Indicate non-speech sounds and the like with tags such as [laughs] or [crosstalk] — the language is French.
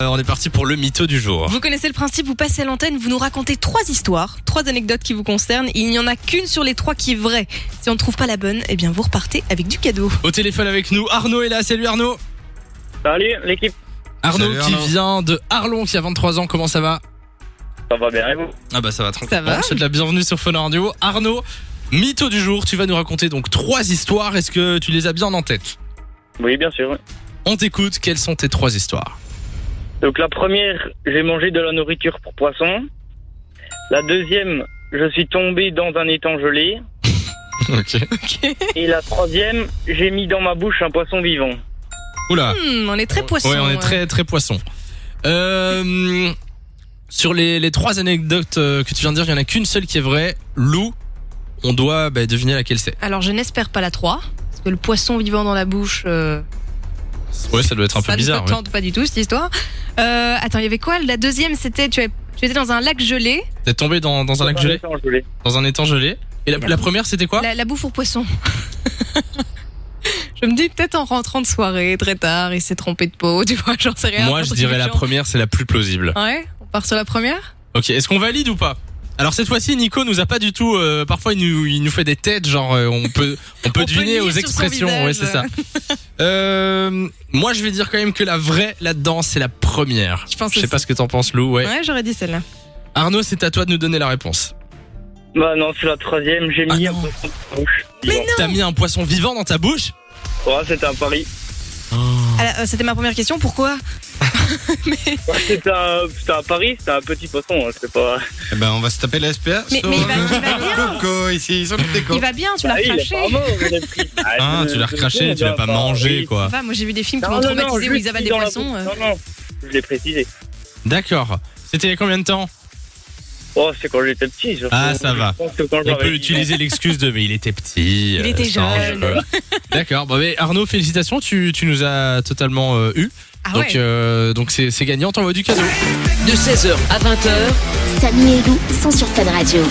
Alors, Euh, on est parti pour le mytho du jour. Vous connaissez le principe, vous passez à l'antenne, vous nous racontez trois histoires, trois anecdotes qui vous concernent. Il n'y en a qu'une sur les trois qui est vraie. Si on ne trouve pas la bonne, eh bien vous repartez avec du cadeau. Au téléphone avec nous, Arnaud est là. Salut Arnaud. Salut l'équipe, Arnaud Salut, qui Arnaud. vient de Arlon, qui a 23 ans. Comment ça va ça va bien et vous Ah bah ça va tranquille. Ça va. On te souhaite la bienvenue sur Fun Radio. Arnaud, mytho du jour. Tu vas nous raconter donc trois histoires. Est-ce que tu les as bien en tête Oui bien sûr. On t'écoute. Quelles sont tes trois histoires Donc la première, j'ai mangé de la nourriture pour poisson. La deuxième, je suis tombé dans un étang gelé. [laughs] Ok. Et la troisième, j'ai mis dans ma bouche un poisson vivant. Oula. Hmm, on est très poisson. ouais, on est ouais. très très poisson. Euh, sur les, les trois anecdotes euh, que tu viens de dire, il y en a qu'une seule qui est vraie. Lou, on doit bah, deviner laquelle c'est. Alors je n'espère pas la 3, parce que le poisson vivant dans la bouche, euh, Ouais, ça doit être un peu ça bizarre. ne ouais. me tente pas du tout cette histoire. Euh, attends, il y avait quoi La deuxième, c'était tu, avais- tu étais dans un lac gelé, T'es tombé dans, dans un lac gelé étang gelé. Dans un étang gelé Et la, la première, c'était quoi la, la bouffe pour poisson. [laughs] je me dis peut-être en rentrant de soirée très tard, il s'est trompé de peau, [laughs] tu vois, j'en sais rien. Moi, un je truc dirais du la genre. première, c'est la plus plausible. Ouais, on part sur la première Ok, est-ce qu'on valide ou pas Alors cette fois-ci, Nico nous a pas du tout. euh, parfois, il nous, il nous fait des têtes, genre euh, [laughs] on peut, on peut On peut deviner lire aux sur son expressions. visage. Ouais, c'est ça. Euh, moi, je vais dire quand même que la vraie là-dedans, c'est la première. Je pense Je sais aussi. pas ce que t'en penses, Lou. Ouais. Ouais, j'aurais dit celle-là. Arnaud, c'est à toi de nous donner la réponse. Bah non, c'est la troisième, j'ai Ah mis un non. poisson dans ma bouche. Mais T'as mis un poisson vivant dans ta bouche Ouais, c'était un pari. Oh. Alors, euh, C'était ma première question, pourquoi Ouais, C'était un, c'était un pari, c'était un petit poisson, hein, c'est pas... Eh ben, on va se taper la SPA. Mais- sur mais il va- le il va [laughs] bien. Coco, ici, sur le déco. Il va bien, tu l'as Ah oui, il est craché. pas mort, je l'ai pris. Ah, je- tu l'as je- recraché, je- tu l'as pas bah, mangé, oui. quoi. Enfin, moi j'ai vu des films qui Non, m'ont non, non, traumatisé où juste ils avalent mis des dans la poissons. bouche. euh. Non, non, je l'ai précisé. D'accord. C'était il y a combien de temps Oh, c'est quand j'étais petit. je- Ah, ça je va. pense que quand On j'aurais peut dix utiliser l'excuse de mais il était petit. Il euh, était ça, je jeune. peux. D'accord. Bon, mais Arnaud, félicitations, tu, tu nous as totalement euh, eu. Ah donc ouais. euh, donc c'est c'est gagnant, t'envoies du cadeau. de 16h à 20h. Samy et Lou sont sur Fan Radio.